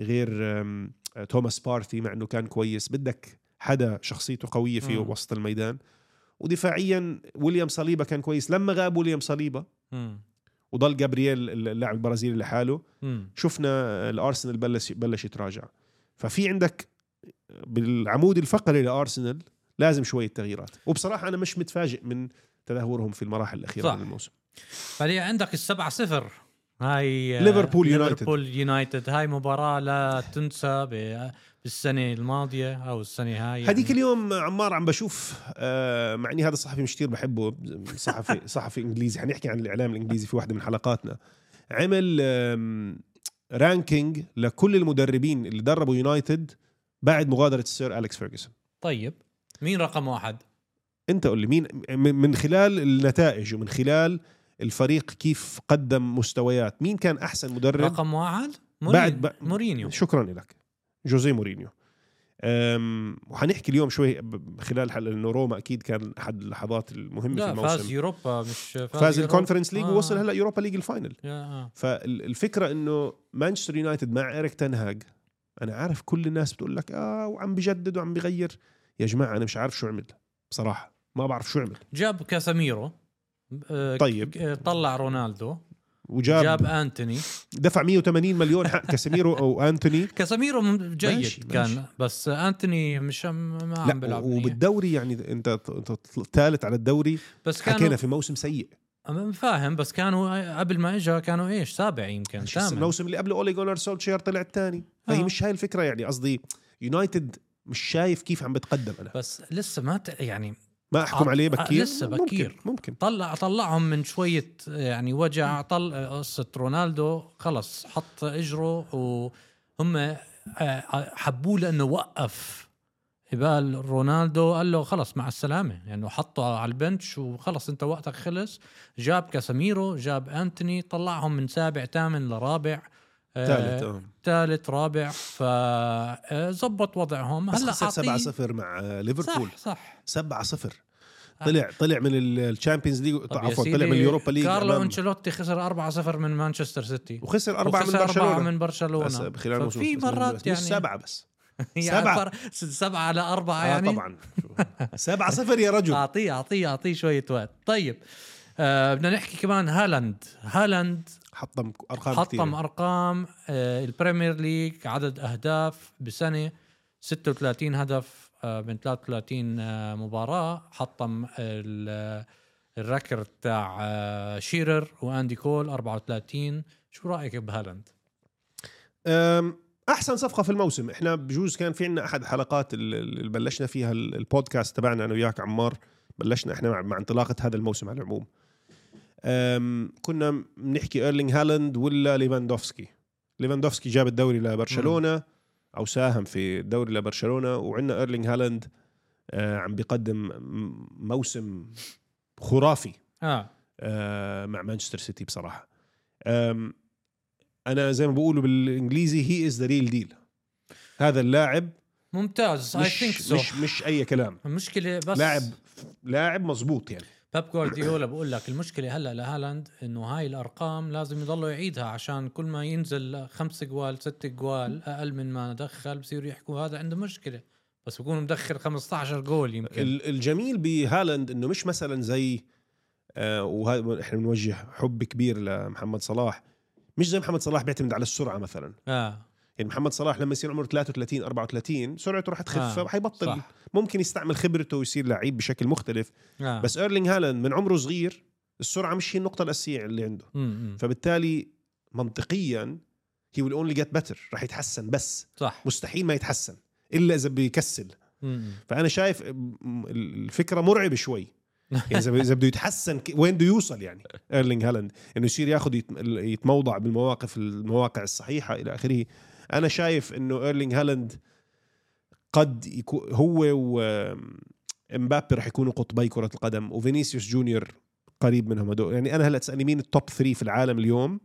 [SPEAKER 1] غير آم، آه، توماس بارتي مع انه كان كويس بدك حدا شخصيته قويه في
[SPEAKER 2] مم.
[SPEAKER 1] وسط الميدان ودفاعيا ويليام صليبا كان كويس لما غاب ويليام صليبا
[SPEAKER 2] مم.
[SPEAKER 1] وضل جابرييل اللاعب البرازيلي لحاله
[SPEAKER 2] مم.
[SPEAKER 1] شفنا الارسنال بلش بلش يتراجع ففي عندك بالعمود الفقري لارسنال لازم شويه تغييرات وبصراحه انا مش متفاجئ من تدهورهم في المراحل الاخيره
[SPEAKER 2] صح.
[SPEAKER 1] من الموسم
[SPEAKER 2] بعدين عندك السبعة صفر هاي آه،
[SPEAKER 1] ليفربول يونايتد.
[SPEAKER 2] ليفربول يونايتد هاي مباراة لا تنسى ب- بالسنة الماضية أو السنة هاي
[SPEAKER 1] هذيك اليوم عمار عم بشوف آه، مع اني هذا الصحفي مش كثير بحبه صحفي صحفي انجليزي حنحكي عن الاعلام الانجليزي في واحده من حلقاتنا عمل آم، رانكينج لكل المدربين اللي دربوا يونايتد بعد مغادره السير اليكس فيرجسون
[SPEAKER 2] طيب مين رقم واحد؟
[SPEAKER 1] انت قول لي مين من من خلال النتائج ومن خلال الفريق كيف قدم مستويات مين كان احسن مدرب
[SPEAKER 2] رقم واحد؟
[SPEAKER 1] بعد-
[SPEAKER 2] مورين-
[SPEAKER 1] بعد-
[SPEAKER 2] مورينيو
[SPEAKER 1] شكرا لك جوزيه مورينيو أم، وحنحكي اليوم شوي ب- خلال حلقه لانه روما اكيد كان احد اللحظات المهمه في
[SPEAKER 2] لا فاز
[SPEAKER 1] الموسم
[SPEAKER 2] يوروبا مش فاز,
[SPEAKER 1] فاز
[SPEAKER 2] يوروبا.
[SPEAKER 1] الكونفرنس ليج
[SPEAKER 2] آه.
[SPEAKER 1] ووصل هلا يوروبا ليج الفاينل
[SPEAKER 2] يا- آه.
[SPEAKER 1] فالفكره انه مانشستر يونايتد مع اريك تنهاج انا عارف كل الناس بتقول لك اه وعم بجدد وعم بغير يا جماعه انا مش عارف شو عمل بصراحه ما بعرف شو عمل
[SPEAKER 2] جاب كاساميرو آه،
[SPEAKER 1] طيب.
[SPEAKER 2] ك- آه، طلع رونالدو
[SPEAKER 1] وجاب
[SPEAKER 2] جاب, جاب انتوني
[SPEAKER 1] دفع 180 مليون حق كاسيميرو او انتوني
[SPEAKER 2] كاساميرو م- جيد
[SPEAKER 1] ماشي،
[SPEAKER 2] كان
[SPEAKER 1] ماشي.
[SPEAKER 2] بس انتوني مش ما عم
[SPEAKER 1] لا
[SPEAKER 2] بيلعب منيح.
[SPEAKER 1] وبالدوري يعني انت ثالث على الدوري
[SPEAKER 2] بس كانوا
[SPEAKER 1] حكينا في موسم سيء
[SPEAKER 2] أم- فاهم بس كانوا قبل ما اجى كانوا ايش سابع يمكن
[SPEAKER 1] مش
[SPEAKER 2] ثامن
[SPEAKER 1] يعني الموسم اللي قبله اولي جونر سولشير طلع الثاني فهي
[SPEAKER 2] آه.
[SPEAKER 1] مش هاي الفكره يعني قصدي يونايتد مش شايف كيف عم بتقدم انا
[SPEAKER 2] بس لسه ما ت... يعني
[SPEAKER 1] ما احكم
[SPEAKER 2] آه،
[SPEAKER 1] عليه
[SPEAKER 2] آه،
[SPEAKER 1] بكير
[SPEAKER 2] لسه
[SPEAKER 1] ممكن-
[SPEAKER 2] بكير.
[SPEAKER 1] ممكن
[SPEAKER 2] طلع طلعهم من شويه يعني وجع طل قصه رونالدو خلص حط اجره وهم آه، حبوه لانه وقف قبال رونالدو قال له خلص مع السلامه يعني حطه على البنش وخلص انت وقتك خلص جاب كاساميرو جاب انتوني طلعهم من سابع ثامن لرابع آه،
[SPEAKER 1] ثالث آه.
[SPEAKER 2] ثالث رابع فظبط وضعهم
[SPEAKER 1] بس
[SPEAKER 2] هلا
[SPEAKER 1] خسر 7
[SPEAKER 2] أعطيه-
[SPEAKER 1] 0 مع آه، ليفربول
[SPEAKER 2] صح صح
[SPEAKER 1] 7 0
[SPEAKER 2] آه.
[SPEAKER 1] طلع طلع من الشامبيونز ليج
[SPEAKER 2] طب يا
[SPEAKER 1] عفوا
[SPEAKER 2] سيدي،
[SPEAKER 1] طلع من اليوروبا ليج
[SPEAKER 2] كارلو
[SPEAKER 1] أمام-
[SPEAKER 2] انشيلوتي خسر 4-0 من مانشستر سيتي
[SPEAKER 1] وخسر أربعة من
[SPEAKER 2] وخسر أربعة
[SPEAKER 1] برشلونة
[SPEAKER 2] من
[SPEAKER 1] بس
[SPEAKER 2] برشلونه
[SPEAKER 1] خلال موسم
[SPEAKER 2] ففي مرات يعني
[SPEAKER 1] سبعة بس
[SPEAKER 2] يعني
[SPEAKER 1] سبعة.
[SPEAKER 2] فرق سبعه لاربعه
[SPEAKER 1] آه
[SPEAKER 2] يعني آه.
[SPEAKER 1] طبعا سبعة صفر يا رجل
[SPEAKER 2] اعطيه اعطيه اعطيه شويه وقت طيب آه بدنا نحكي كمان هالاند هالاند
[SPEAKER 1] حطم ارقام
[SPEAKER 2] حطم
[SPEAKER 1] كثير
[SPEAKER 2] ارقام آه البريمير ليج عدد اهداف بسنه 36 هدف آه من 33 آه مباراه حطم ال- آه، الركر تاع آه شيرر واندي كول 34 شو رايك بهالاند؟
[SPEAKER 1] أم، احسن صفقه في الموسم احنا بجوز كان في عندنا احد حلقات ال- ال- اللي بلشنا فيها ال- البودكاست تبعنا انا وياك عمار بلشنا احنا مع, مع انطلاقه هذا الموسم على العموم أم، كنا بنحكي ايرلينغ هالاند ولا ليفاندوفسكي ليفاندوفسكي جاب الدوري لبرشلونه او ساهم في الدوري لبرشلونه وعندنا ايرلينغ هالاند آه، عم بيقدم م- موسم خرافي
[SPEAKER 2] اه
[SPEAKER 1] آه، مع مانشستر سيتي بصراحه آم، انا زي ما بقولوا بالانجليزي هي از ذا ريل ديل هذا اللاعب
[SPEAKER 2] ممتاز اي ثينك
[SPEAKER 1] مش,
[SPEAKER 2] سو
[SPEAKER 1] مش مش اي كلام
[SPEAKER 2] المشكله بس
[SPEAKER 1] لاعب لاعب مزبوط يعني
[SPEAKER 2] باب جوارديولا بقول لك المشكله هلا لهالاند انه هاي الارقام لازم يضلوا يعيدها عشان كل ما ينزل خمس جوال ست جوال اقل من ما دخل بصيروا يحكوا هذا عنده مشكله بس بكون مدخل 15 جول يمكن
[SPEAKER 1] ال- الجميل بهالاند انه مش مثلا زي آه، وهذا احنا بنوجه حب كبير لمحمد صلاح مش زي محمد صلاح بيعتمد على السرعه مثلا
[SPEAKER 2] اه
[SPEAKER 1] يعني محمد صلاح لما يصير عمره 33 34 سرعته راح تخف
[SPEAKER 2] آه،
[SPEAKER 1] فحيبطل
[SPEAKER 2] صح
[SPEAKER 1] ممكن يستعمل خبرته ويصير لعيب بشكل مختلف
[SPEAKER 2] آه.
[SPEAKER 1] بس ايرلينغ هالاند من عمره صغير السرعه مش هي النقطه الاساسيه اللي عنده
[SPEAKER 2] امم
[SPEAKER 1] فبالتالي منطقيا هي ويل اونلي جيت بيتر راح يتحسن بس
[SPEAKER 2] صح
[SPEAKER 1] مستحيل ما يتحسن الا اذا بيكسل
[SPEAKER 2] مم.
[SPEAKER 1] فانا شايف م- الفكره مرعبه شوي يعني اذا اذا بده يتحسن ك- وين بده يوصل يعني ايرلينغ هالاند انه يصير ياخذ يتموضع بالمواقف المواقع الصحيحه الى اخره انا شايف انه ايرلينغ هالاند قد يكو هو ومبابي رح يكونوا قطبي كره القدم وفينيسيوس جونيور قريب منهم هدول يعني انا هلا تسالني مين التوب 3 في العالم اليوم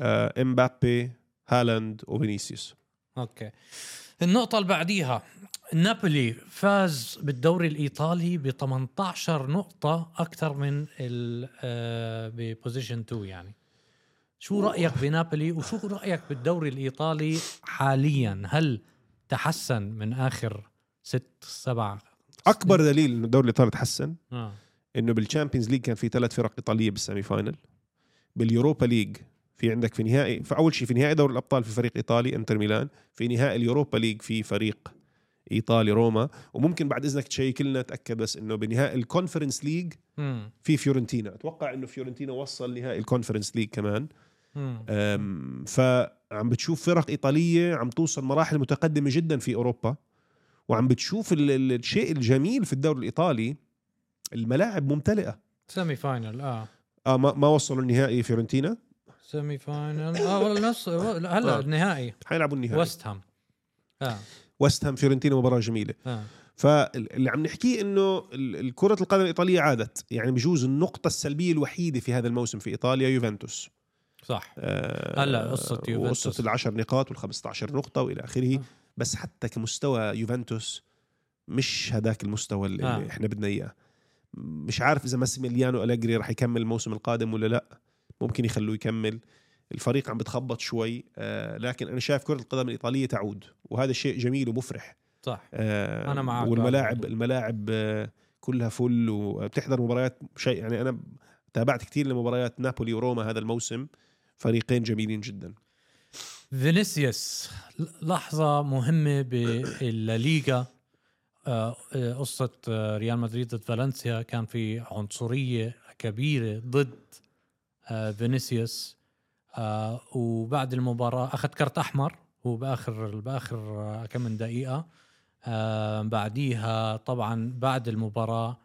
[SPEAKER 1] آه، امبابي هالاند وفينيسيوس
[SPEAKER 2] اوكي النقطة اللي بعديها نابولي فاز بالدوري الايطالي ب 18 نقطة أكثر من ال آه، ببوزيشن 2 يعني شو رأيك بنابولي وشو رأيك بالدوري الايطالي حاليا هل تحسن من آخر ست سبع
[SPEAKER 1] اكبر دليل انه الدوري الايطالي تحسن
[SPEAKER 2] آه.
[SPEAKER 1] انه بالشامبيونز ليج كان في ثلاث فرق ايطاليه بالسيمي فاينل باليوروبا ليج في عندك في نهائي فاول شيء في نهائي دوري الابطال في فريق ايطالي انتر ميلان في نهائي اليوروبا ليج في فريق ايطالي روما وممكن بعد اذنك تشيك لنا تاكد بس انه بنهائي الكونفرنس ليج
[SPEAKER 2] مم.
[SPEAKER 1] في فيورنتينا اتوقع انه فيورنتينا وصل نهائي الكونفرنس ليج كمان
[SPEAKER 2] مم.
[SPEAKER 1] أم، فعم بتشوف فرق ايطاليه عم توصل مراحل متقدمه جدا في اوروبا وعم بتشوف ال- ال- الشيء الجميل في الدوري الايطالي الملاعب ممتلئه
[SPEAKER 2] سيمي فاينل اه
[SPEAKER 1] اه ما, ما وصلوا النهائي فيورنتينا
[SPEAKER 2] سيمي فاينل اه والله نص لا، هلا
[SPEAKER 1] آه.
[SPEAKER 2] النهائي
[SPEAKER 1] حيلعبوا النهائي وست,
[SPEAKER 2] وست هام اه
[SPEAKER 1] وست هام فيورنتينا مباراه جميله
[SPEAKER 2] اه
[SPEAKER 1] فاللي عم نحكيه انه ال- ال- كره القدم الايطاليه عادت يعني بجوز النقطه السلبيه الوحيده في هذا الموسم في ايطاليا يوفنتوس
[SPEAKER 2] صح
[SPEAKER 1] آه،
[SPEAKER 2] هلا قصة يوفنتوس.
[SPEAKER 1] وقصه العشر نقاط وال15 نقطه والى اخره
[SPEAKER 2] آه.
[SPEAKER 1] بس حتى كمستوى يوفنتوس مش هداك المستوى اللي
[SPEAKER 2] آه.
[SPEAKER 1] آه. احنا بدنا اياه مش عارف اذا ماسيميليانو اليجري رح يكمل الموسم القادم ولا لا ممكن يخلوه يكمل الفريق عم بتخبط شوي آه لكن انا شايف كره القدم الايطاليه تعود وهذا الشيء جميل ومفرح
[SPEAKER 2] صح
[SPEAKER 1] آه
[SPEAKER 2] أنا معك
[SPEAKER 1] والملاعب
[SPEAKER 2] بعد.
[SPEAKER 1] الملاعب آه كلها فل وبتحضر مباريات شيء يعني انا تابعت كثير لمباريات نابولي وروما هذا الموسم فريقين جميلين جدا
[SPEAKER 2] فينيسيوس لحظة مهمة بالليغا آه، آه، قصة آه، ريال مدريد ضد فالنسيا كان في عنصرية كبيرة ضد آه، فينيسيوس آه، وبعد المباراة أخذ كرت أحمر هو بآخر بآخر آه، كم من دقيقة آه، بعديها طبعا بعد المباراة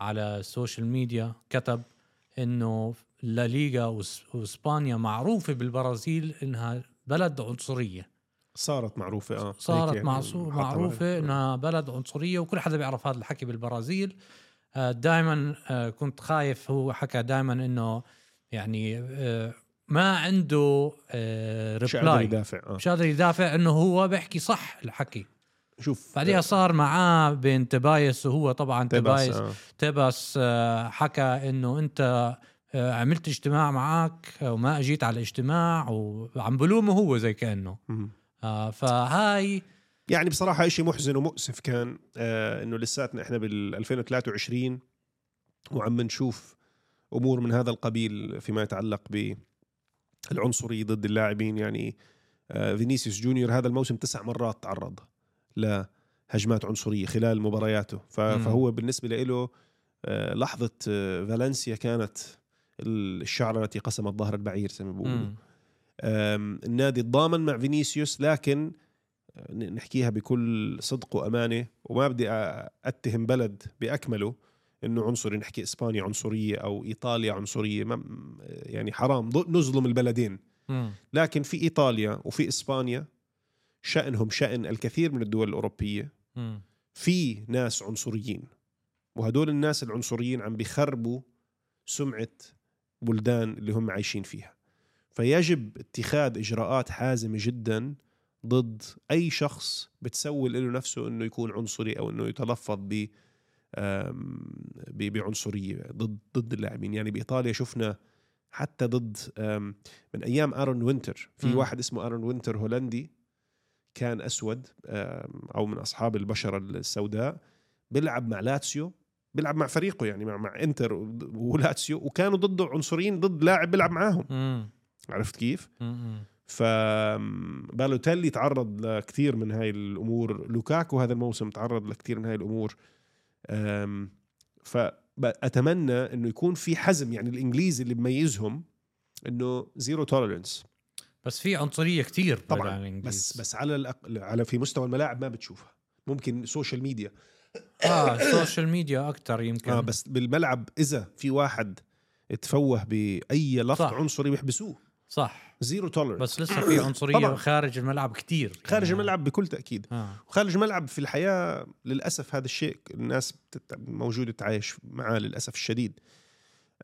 [SPEAKER 2] على السوشيال ميديا كتب انه لا ليغا وس- واسبانيا معروفه بالبرازيل انها بلد عنصريه
[SPEAKER 1] صارت معروفه اه هيك
[SPEAKER 2] صارت
[SPEAKER 1] يعني
[SPEAKER 2] معصو-
[SPEAKER 1] حاطة
[SPEAKER 2] معروفه
[SPEAKER 1] معها.
[SPEAKER 2] انها بلد عنصريه وكل حدا بيعرف هذا الحكي بالبرازيل دائما كنت خايف هو حكى دائما انه يعني آه، ما عنده
[SPEAKER 1] مش قادر
[SPEAKER 2] ريبلاي
[SPEAKER 1] يدافع آه.
[SPEAKER 2] مش قادر يدافع انه هو بيحكي صح الحكي
[SPEAKER 1] شوف
[SPEAKER 2] بعدها صار معاه بين تبايس وهو طبعا
[SPEAKER 1] طيب. تباس
[SPEAKER 2] تبايس
[SPEAKER 1] آه.
[SPEAKER 2] تبس آه، حكى انه انت آه، عملت اجتماع معك آه، وما اجيت على الاجتماع وعم بلومه هو زي كانه
[SPEAKER 1] مم.
[SPEAKER 2] آه، فهاي
[SPEAKER 1] يعني بصراحه شيء محزن ومؤسف كان آه انه لساتنا احنا بال 2023 وعم نشوف امور من هذا القبيل فيما يتعلق بالعنصريه ضد اللاعبين يعني آه فينيسيوس جونيور هذا الموسم تسع مرات تعرض لهجمات عنصريه خلال مبارياته ف-
[SPEAKER 2] مم.
[SPEAKER 1] فهو بالنسبه له آه لحظه آه فالنسيا كانت الشعره التي قسمت ظهر البعير زي ما بيقولوا
[SPEAKER 2] مم.
[SPEAKER 1] أم، النادي تضامن مع فينيسيوس لكن آه، ن- نحكيها بكل صدق وامانه وما بدي أ- اتهم بلد باكمله انه عنصري نحكي اسبانيا عنصريه او ايطاليا عنصريه ما يعني حرام ض- نظلم البلدين
[SPEAKER 2] مم.
[SPEAKER 1] لكن في ايطاليا وفي اسبانيا شانهم شان الكثير من الدول الاوروبيه
[SPEAKER 2] مم.
[SPEAKER 1] في ناس عنصريين وهدول الناس العنصريين عم بيخربوا سمعة بلدان اللي هم عايشين فيها فيجب اتخاذ إجراءات حازمة جدا ضد أي شخص بتسول له نفسه أنه يكون عنصري أو أنه يتلفظ ب آم، ب- بعنصرية ضد ضد اللاعبين يعني بإيطاليا شفنا حتى ضد آم، من أيام آرون وينتر في
[SPEAKER 2] مم.
[SPEAKER 1] واحد اسمه آرون وينتر هولندي كان أسود آم، أو من أصحاب البشرة السوداء بيلعب مع لاتسيو بيلعب مع فريقه يعني مع, مع انتر و- ولاتسيو وكانوا ضده عنصريين ضد لاعب بيلعب معاهم
[SPEAKER 2] مم.
[SPEAKER 1] عرفت كيف
[SPEAKER 2] مم.
[SPEAKER 1] ف بالوتيلي تعرض لكثير من هاي الامور لوكاكو هذا الموسم تعرض لكثير من هاي الامور أم، فاتمنى انه يكون في حزم يعني الانجليزي اللي بميزهم انه زيرو توليرنس
[SPEAKER 2] بس في عنصريه كثير
[SPEAKER 1] طبعا بس بس على الأقل على في مستوى الملاعب ما بتشوفها ممكن سوشيال ميديا
[SPEAKER 2] اه السوشيال ميديا اكثر يمكن
[SPEAKER 1] آه بس بالملعب اذا في واحد تفوه باي لفظ
[SPEAKER 2] صح.
[SPEAKER 1] عنصري بيحبسوه
[SPEAKER 2] صح
[SPEAKER 1] زيرو تولرنس
[SPEAKER 2] بس لسه في عنصريه
[SPEAKER 1] طبعاً.
[SPEAKER 2] خارج الملعب كثير
[SPEAKER 1] خارج الملعب بكل تاكيد
[SPEAKER 2] آه.
[SPEAKER 1] وخارج الملعب في الحياه للاسف هذا الشيء الناس بتت- موجوده تعايش معاه للاسف الشديد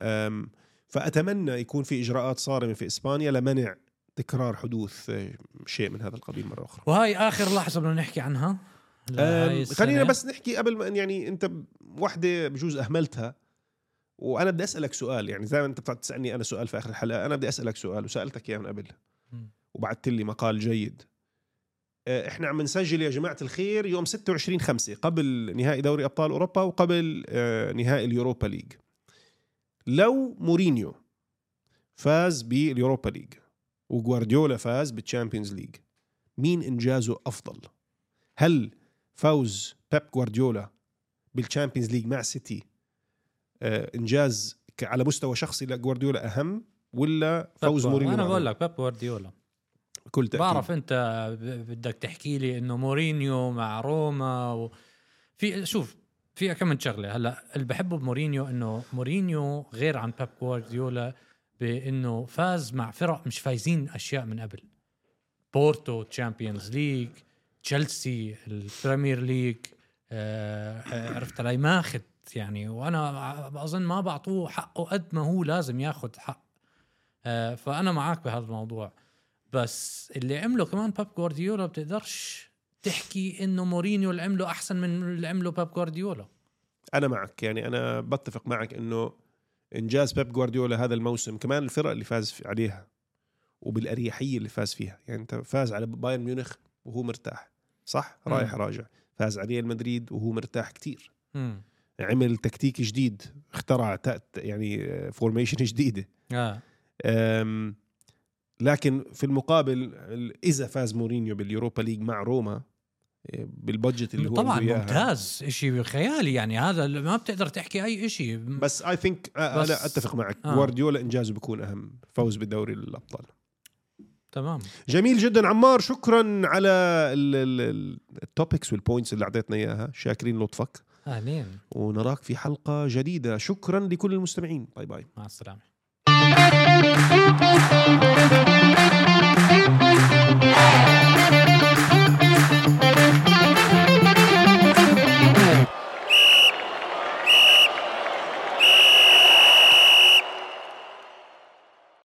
[SPEAKER 1] أم، فاتمنى يكون في اجراءات صارمه في اسبانيا لمنع تكرار حدوث آه، شيء من هذا القبيل مره اخرى
[SPEAKER 2] وهاي اخر لحظه بدنا نحكي عنها لهاي
[SPEAKER 1] أم،
[SPEAKER 2] السنة.
[SPEAKER 1] خلينا بس نحكي قبل ما يعني انت ب- وحده بجوز اهملتها وانا بدي اسالك سؤال يعني زي ما انت بتقعد تسالني انا سؤال في اخر الحلقه انا بدي اسالك سؤال وسالتك اياه من قبل
[SPEAKER 2] مم.
[SPEAKER 1] وبعثت لي مقال جيد آه، احنا عم نسجل يا جماعه الخير يوم 26 5 قبل نهائي دوري ابطال اوروبا وقبل آه، نهائي اليوروبا ليج لو مورينيو فاز باليوروبا ليج وغوارديولا فاز بالتشامبيونز ليج مين انجازه افضل هل فوز بيب غوارديولا بالتشامبيونز ليج مع سيتي آه، انجاز ك- على مستوى شخصي لغوارديولا اهم ولا
[SPEAKER 2] بيب
[SPEAKER 1] فوز
[SPEAKER 2] غوارديولا.
[SPEAKER 1] مورينيو
[SPEAKER 2] انا
[SPEAKER 1] مع-
[SPEAKER 2] بقول لك بيب جوارديولا
[SPEAKER 1] كل تأكيد.
[SPEAKER 2] بعرف انت ب- بدك تحكي لي انه مورينيو مع روما و... في شوف في كم من شغله هلا اللي بحبه بمورينيو انه مورينيو غير عن بيب جوارديولا بانه فاز مع فرق مش فايزين اشياء من قبل بورتو تشامبيونز ليج تشيلسي البريمير ليج آه، آه، عرفت علي ماخذ يعني وانا اظن ما بعطوه حقه قد ما هو لازم ياخذ حق آه، فانا معك بهذا الموضوع بس اللي عمله كمان باب جوارديولا بتقدرش تحكي انه مورينيو اللي عمله احسن من اللي عمله باب جوارديولا
[SPEAKER 1] انا معك يعني انا بتفق معك انه انجاز بيب جوارديولا هذا الموسم كمان الفرق اللي فاز في- عليها وبالاريحيه اللي فاز فيها يعني انت فاز على بايرن ميونخ وهو مرتاح صح
[SPEAKER 2] مم.
[SPEAKER 1] رايح راجع فاز على ريال مدريد وهو مرتاح كتير
[SPEAKER 2] امم
[SPEAKER 1] عمل تكتيك جديد اخترع تأت يعني فورميشن جديده
[SPEAKER 2] اه
[SPEAKER 1] أم، لكن في المقابل ال- اذا فاز مورينيو باليوروبا ليج مع روما إيه، بالبادجت اللي هو
[SPEAKER 2] طبعا
[SPEAKER 1] عنده إياها.
[SPEAKER 2] ممتاز اشي خيالي يعني هذا اللي ما بتقدر تحكي اي اشي بس
[SPEAKER 1] بس اي ثينك
[SPEAKER 2] بس-
[SPEAKER 1] انا اتفق معك
[SPEAKER 2] آه.
[SPEAKER 1] آه. جوارديولا انجازه بيكون اهم فوز بدوري الابطال
[SPEAKER 2] تمام
[SPEAKER 1] جميل جدا عمار شكرا على التوبكس والبوينتس اللي اعطيتنا اياها شاكرين لطفك
[SPEAKER 2] اهلين
[SPEAKER 1] ونراك في حلقه جديده شكرا لكل المستمعين باي باي
[SPEAKER 2] مع السلامه